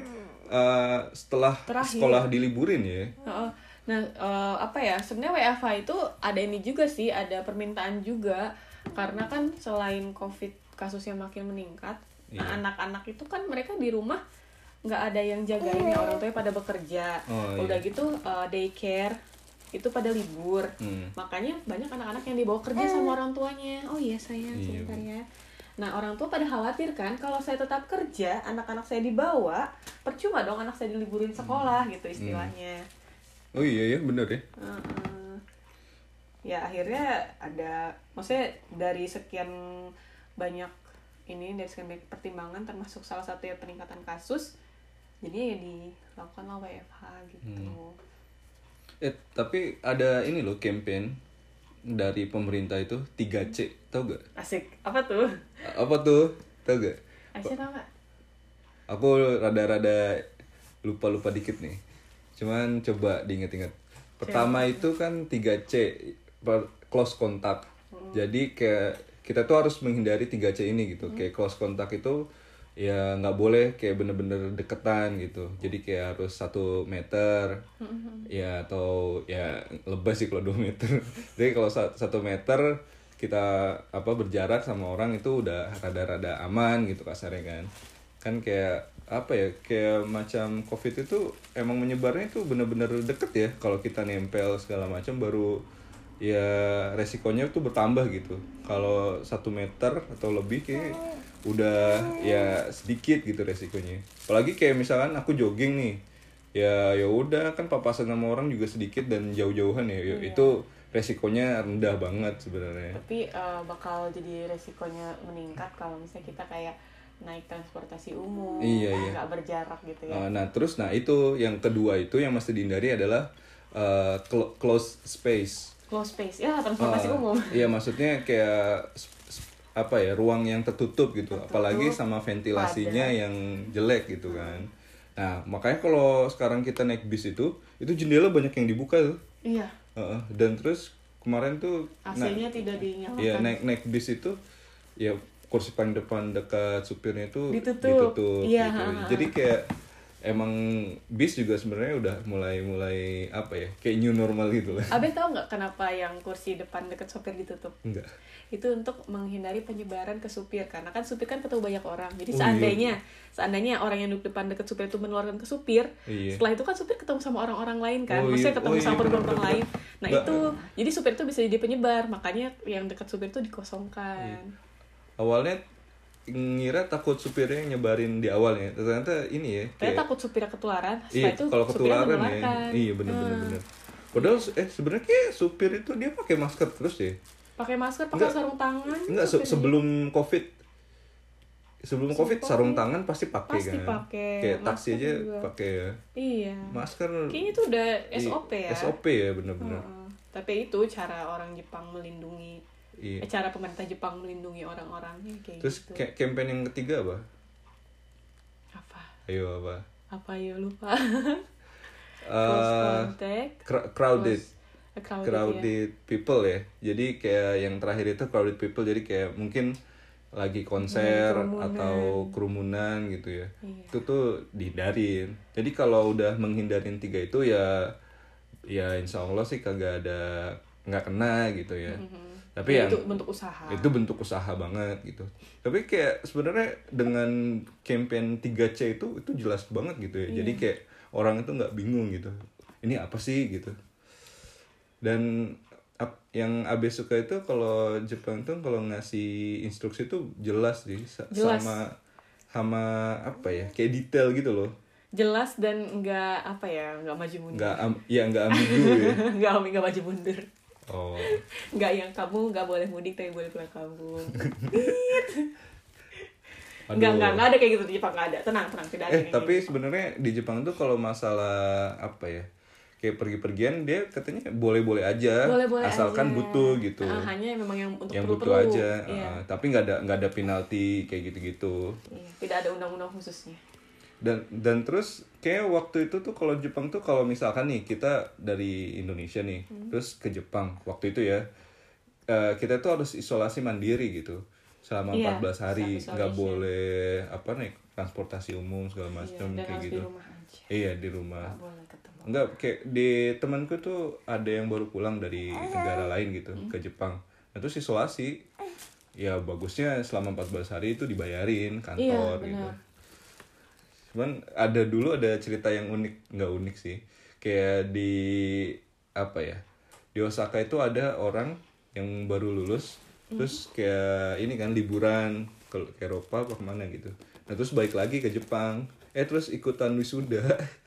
Speaker 1: eh, setelah
Speaker 2: Terakhir.
Speaker 1: sekolah diliburin ya
Speaker 2: Oh, oh. Nah eh, apa ya sebenarnya WFH itu ada ini juga sih ada permintaan juga karena kan selain COVID kasusnya makin meningkat, nah,
Speaker 1: Iya.
Speaker 2: anak-anak itu kan mereka di rumah nggak ada yang jagain ya, orang tuanya pada bekerja,
Speaker 1: Iya. Oh,
Speaker 2: udah gitu eh, daycare itu pada libur.
Speaker 1: Hmm.
Speaker 2: makanya banyak anak-anak yang dibawa kerja sama orang tuanya Eh. oh iya sayang
Speaker 1: Iya,
Speaker 2: sebentar ya nah orang tua pada khawatir kan kalau saya tetap kerja anak-anak saya dibawa percuma dong anak saya diliburin sekolah gitu istilahnya
Speaker 1: oh iya ya bener ya
Speaker 2: Heeh. ya akhirnya ada maksudnya dari sekian banyak ini dari sekian banyak pertimbangan termasuk salah satu ya peningkatan kasus jadi ya dilakukanlah WFH gitu
Speaker 1: Eh, tapi ada ini loh campaign dari pemerintah itu 3C, tau gak?
Speaker 2: asik apa tuh
Speaker 1: Apa tuh? Tau gak?
Speaker 2: Aisyah tau nggak
Speaker 1: Aku rada-rada lupa-lupa dikit nih. Cuman coba diinget-inget. Pertama itu kan 3C, per- close contact. Jadi kayak kita tuh harus menghindari 3C ini gitu. Kayak close contact itu ya nggak boleh kayak bener-bener deketan gitu jadi kayak harus satu meter ya atau ya lebih sih kalau dua meter *laughs* jadi kalau sa- satu meter kita apa berjarak sama orang itu udah rada-rada aman gitu kasarnya kan kan kayak apa ya kayak macam covid itu emang menyebarnya itu bener-bener deket ya kalau kita nempel segala macam baru ya resikonya tuh bertambah gitu kalau satu meter atau lebih kayak udah ya sedikit gitu resikonya apalagi kayak misalkan aku jogging nih ya ya udah kan papasan sama orang juga sedikit dan jauh-jauhan ya ya itu resikonya rendah banget sebenarnya
Speaker 2: tapi eh, bakal jadi resikonya meningkat kalau misalnya kita kayak naik transportasi umum
Speaker 1: Iya, iya.
Speaker 2: nggak berjarak gitu ya
Speaker 1: Uh, nah terus nah itu yang kedua itu yang mesti dihindari adalah uh, clo- close space.
Speaker 2: close space ya transportasi
Speaker 1: Uh,
Speaker 2: umum *laughs*
Speaker 1: Iya maksudnya kayak sp- sp- apa ya ruang yang tertutup gitu, apalagi sama ventilasinya yang jelek gitu kan. Nah makanya kalau sekarang kita naik bis itu itu jendela banyak yang dibuka tuh.
Speaker 2: iya
Speaker 1: Uh, uh, dan terus kemarin tuh nah, na-
Speaker 2: AC-nya tidak dinyalakan
Speaker 1: Iya naik naik bis itu ya kursi paling depan dekat supirnya itu
Speaker 2: Ditutup. Iya,
Speaker 1: Iya. Jadi kayak emang bis juga sebenarnya udah mulai mulai apa ya kayak new normal gitu lah.
Speaker 2: Abe tau nggak kenapa yang kursi depan deket sopir ditutup?
Speaker 1: Enggak.
Speaker 2: Itu untuk menghindari penyebaran ke supir karena kan supir kan ketemu banyak orang. Jadi
Speaker 1: Oh, iya.
Speaker 2: seandainya seandainya orang yang duduk depan deket supir itu menularkan ke supir,
Speaker 1: Iya.
Speaker 2: setelah itu kan supir ketemu sama orang-orang lain kan,
Speaker 1: Oh, iya.
Speaker 2: maksudnya ketemu
Speaker 1: Oh, iya,
Speaker 2: sama orang
Speaker 1: benar-benar.
Speaker 2: lain. Nah
Speaker 1: Ba-
Speaker 2: itu jadi supir itu bisa jadi penyebar, makanya yang dekat supir itu
Speaker 1: Iya.
Speaker 2: dikosongkan.
Speaker 1: Awalnya ngira takut supirnya yang nyebarin di awalnya. Ternyata ini ya.
Speaker 2: Karena
Speaker 1: kayak-
Speaker 2: takut supirnya ketularan, setelah
Speaker 1: Iya,
Speaker 2: itu
Speaker 1: kalau
Speaker 2: supirnya Hmm.
Speaker 1: ketularan ya.
Speaker 2: menularkan. Nah,
Speaker 1: Iya bener bener bener. Padahal eh sebenarnya kayak supir itu dia pakai masker terus ya.
Speaker 2: Pakai masker, pakai
Speaker 1: Enggak.
Speaker 2: sarung tangan.
Speaker 1: Enggak se-
Speaker 2: supirnya.
Speaker 1: sebelum covid sebelum covid sarung tangan pasti pakai
Speaker 2: Pasti
Speaker 1: kan
Speaker 2: pakai.
Speaker 1: kayak taksi
Speaker 2: Masker
Speaker 1: aja
Speaker 2: juga.
Speaker 1: pakai ya.
Speaker 2: Iya.
Speaker 1: masker Iya,
Speaker 2: Kayaknya itu udah
Speaker 1: i-
Speaker 2: SOP ya. Hmm.
Speaker 1: SOP ya bener-bener
Speaker 2: Heeh. Tapi itu cara orang Jepang melindungi,
Speaker 1: iya.
Speaker 2: eh, cara pemerintah Jepang melindungi orang-orangnya kayak
Speaker 1: terus
Speaker 2: gitu.
Speaker 1: kayak campaign yang ketiga apa
Speaker 2: Apa?
Speaker 1: ayo apa
Speaker 2: Apa ya lupa. *laughs*
Speaker 1: Eh,
Speaker 2: Close contact,
Speaker 1: cra- crowded
Speaker 2: close- eh, crowded, ya.
Speaker 1: crowded people ya jadi kayak yang terakhir itu crowded people jadi kayak mungkin lagi konser
Speaker 2: Hmm, kerumunan.
Speaker 1: atau kerumunan gitu ya
Speaker 2: Iya.
Speaker 1: itu tuh dihindarin jadi kalau udah menghindarin tiga itu ya ya insya Allah sih kagak ada nggak kena gitu ya
Speaker 2: Mhm.
Speaker 1: tapi
Speaker 2: Jadi
Speaker 1: yang
Speaker 2: itu bentuk usaha.
Speaker 1: itu bentuk usaha banget gitu tapi kayak sebenarnya dengan campaign 3C itu itu jelas banget gitu ya
Speaker 2: Iya.
Speaker 1: jadi kayak orang itu nggak bingung gitu ini apa sih gitu dan ap- yang Abe suka itu kalau Jepang tuh kalau ngasih instruksi tuh jelas sih sa-
Speaker 2: Jelas.
Speaker 1: sama sama apa ya kayak detail gitu loh
Speaker 2: Jelas dan nggak apa ya, nggak maju mundur.
Speaker 1: nggak am- ya nggak ambigu ya
Speaker 2: Nggak nggak maju mundur.
Speaker 1: oh
Speaker 2: Nggak yang kamu nggak boleh mudik tapi boleh pulang kampung.
Speaker 1: Aduh.
Speaker 2: *laughs* Nggak nggak nggak ada kayak gitu di Jepang nggak ada. Tenang tenang tidak ada.
Speaker 1: eh
Speaker 2: kayak
Speaker 1: tapi
Speaker 2: gitu.
Speaker 1: sebenarnya di Jepang tuh kalau masalah apa ya kayak pergi-pergian dia katanya boleh-boleh aja
Speaker 2: Boleh-boleh
Speaker 1: ya, asalkan
Speaker 2: aja.
Speaker 1: butuh gitu
Speaker 2: Ah, hanya memang yang untuk
Speaker 1: yang
Speaker 2: perlu-perlu.
Speaker 1: butuh aja
Speaker 2: Iya.
Speaker 1: ah, tapi nggak ada nggak ada penalti kayak gitu-gitu
Speaker 2: Iya, tidak ada undang-undang khususnya.
Speaker 1: dan dan terus kayak waktu itu tuh kalau Jepang tuh kalau misalkan nih kita dari Indonesia nih
Speaker 2: Hmm.
Speaker 1: terus ke Jepang waktu itu ya eh, kita tuh harus isolasi mandiri gitu selama
Speaker 2: Iya,
Speaker 1: 14 hari
Speaker 2: self-isolation.
Speaker 1: nggak boleh apa nih transportasi umum segala
Speaker 2: Iya,
Speaker 1: macam
Speaker 2: dan
Speaker 1: kayak
Speaker 2: harus
Speaker 1: gitu
Speaker 2: di rumah aja.
Speaker 1: Iya di rumah.
Speaker 2: Nggak boleh ketemu.
Speaker 1: Enggak kayak di temanku tuh ada yang baru pulang dari negara lain gitu
Speaker 2: Hmm.
Speaker 1: ke Jepang. Nah, terus isolasi.
Speaker 2: Eh.
Speaker 1: Ya bagusnya selama 14 hari itu dibayarin
Speaker 2: Iya,
Speaker 1: kantor gitu.
Speaker 2: benar.
Speaker 1: Cuman ada dulu ada cerita yang unik, nggak unik sih. Kayak di apa ya? Di Osaka itu ada orang yang baru lulus
Speaker 2: Hmm.
Speaker 1: terus kayak ini kan liburan ke ke Eropa apa kemana gitu. Nah, terus balik lagi ke Jepang. Eh terus ikutan wisuda. *laughs*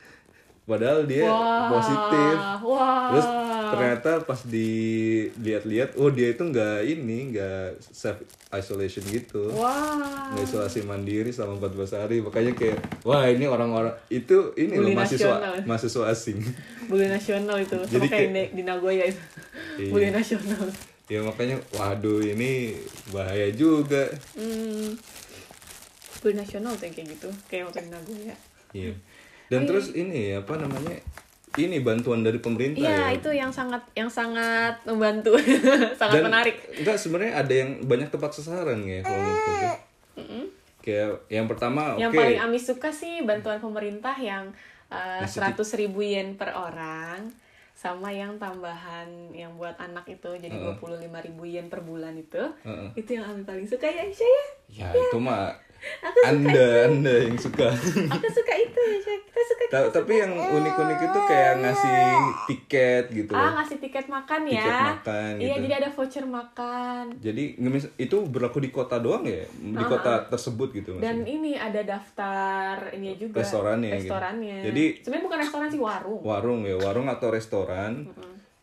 Speaker 1: Padahal dia
Speaker 2: Wah,
Speaker 1: Iya, positif.
Speaker 2: Wah.
Speaker 1: Terus ternyata pas dilihat-lihat, oh dia itu nggak ini, nggak self isolation gitu
Speaker 2: Wah.
Speaker 1: nggak isolasi mandiri selama 14 hari makanya kayak wah ini orang-orang itu ini loh
Speaker 2: Bully
Speaker 1: mahasiswa
Speaker 2: nasional.
Speaker 1: mahasiswa
Speaker 2: *laughs*
Speaker 1: asing
Speaker 2: Bully nasional itu. Sama
Speaker 1: Jadi
Speaker 2: kayak
Speaker 1: kayak-
Speaker 2: di Nagoya itu.
Speaker 1: Iya.
Speaker 2: Bully nasional.
Speaker 1: ya makanya waduh ini bahaya juga
Speaker 2: Hmm. Bully nasional tuh yang kayak gitu. Kayak waktu di Nagoya.
Speaker 1: iya dan terus ini apa namanya ini bantuan dari pemerintah
Speaker 2: Iya,
Speaker 1: ya
Speaker 2: itu yang sangat yang sangat membantu. *laughs* sangat
Speaker 1: Dan-
Speaker 2: menarik.
Speaker 1: enggak sebenarnya ada yang banyak tepat sasaran ya kalau menurut gue. kayak yang pertama
Speaker 2: Yang
Speaker 1: oke
Speaker 2: paling Ami suka sih bantuan pemerintah yang eh,
Speaker 1: Nasi
Speaker 2: seratus ribu yen per orang sama yang tambahan yang buat anak itu jadi dua puluh lima ribu yen per bulan itu
Speaker 1: Heeh.
Speaker 2: itu yang Ami paling suka ya Aisyah ya
Speaker 1: ya itu mah anda anda yang suka *laughs*
Speaker 2: aku suka itu Aisyah kita suka gitu.
Speaker 1: Ta- tapi yang unik-unik itu kayak ngasih tiket gitu
Speaker 2: ah
Speaker 1: loh.
Speaker 2: ngasih tiket makan ya
Speaker 1: Tiket makan
Speaker 2: iya
Speaker 1: gitu.
Speaker 2: jadi ada voucher makan
Speaker 1: jadi nggak mis- itu berlaku di kota doang ya di kota tersebut gitu
Speaker 2: Ah, dan
Speaker 1: maksudnya
Speaker 2: ini ada daftar ini juga
Speaker 1: Restorannya gitu.
Speaker 2: restorannya
Speaker 1: Jadi-
Speaker 2: sebenarnya bukan restoran sih warung
Speaker 1: warung ya warung atau restoran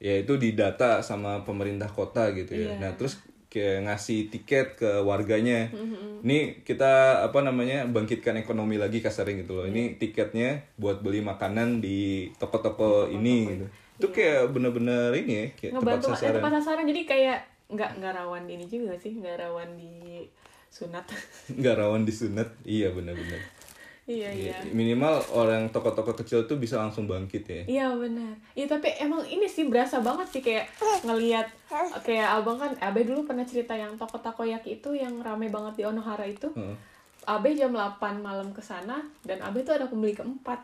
Speaker 1: ya itu didata sama pemerintah kota gitu ya
Speaker 2: Iya.
Speaker 1: nah terus kayak ngasih tiket ke warganya ini kita apa namanya bangkitkan ekonomi lagi kasarnya gitu loh
Speaker 2: Iya.
Speaker 1: ini tiketnya buat beli makanan di toko-toko ini gitu itu kayak bener-bener ini ya kayak tempat
Speaker 2: Iya. ngebantu eh,
Speaker 1: sasaran
Speaker 2: tempat sasaran jadi kayak nggak nggak rawan ini juga sih nggak rawan di sunat
Speaker 1: *laughs*
Speaker 2: *laughs*
Speaker 1: nggak rawan disunat iya bener-bener
Speaker 2: iya iya
Speaker 1: minimal orang toko-toko kecil tuh bisa langsung bangkit ya
Speaker 2: iya benar iya tapi emang ini sih berasa banget sih kayak ngelihat kayak abang kan abe dulu pernah cerita yang toko takoyaki itu yang rame banget di onohara itu
Speaker 1: Heeh.
Speaker 2: abe jam 8 malam ke sana dan abe tuh ada pembeli keempat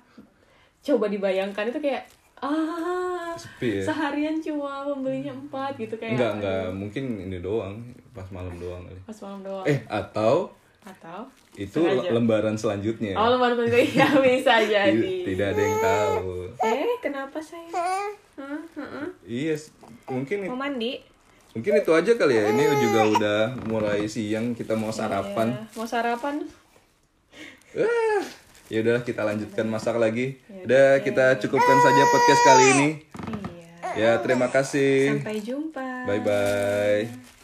Speaker 2: coba dibayangkan itu kayak ah
Speaker 1: Sepi ya?
Speaker 2: seharian cuma pembelinya empat gitu kayak
Speaker 1: nggak
Speaker 2: aduh,
Speaker 1: nggak mungkin ini doang pas malam doang kali
Speaker 2: pas malam doang
Speaker 1: eh atau
Speaker 2: atau
Speaker 1: itu
Speaker 2: Sengaja.
Speaker 1: lembaran selanjutnya
Speaker 2: Oh, lembar penelitian *laughs* ya bisa
Speaker 1: Tid-
Speaker 2: jadi.
Speaker 1: tidak ada yang tahu
Speaker 2: Eh, kenapa saya? Hah? Heeh.
Speaker 1: iya s- mungkin
Speaker 2: Mau mandi?
Speaker 1: mungkin itu aja kali ya ini juga udah mulai siang kita mau sarapan
Speaker 2: Iya. Mau sarapan?
Speaker 1: Ah, ya udah kita lanjutkan masak lagi
Speaker 2: Ya
Speaker 1: udah kita cukupkan saja podcast kali ini
Speaker 2: Iya.
Speaker 1: ya terima kasih
Speaker 2: Sampai jumpa.
Speaker 1: bye bye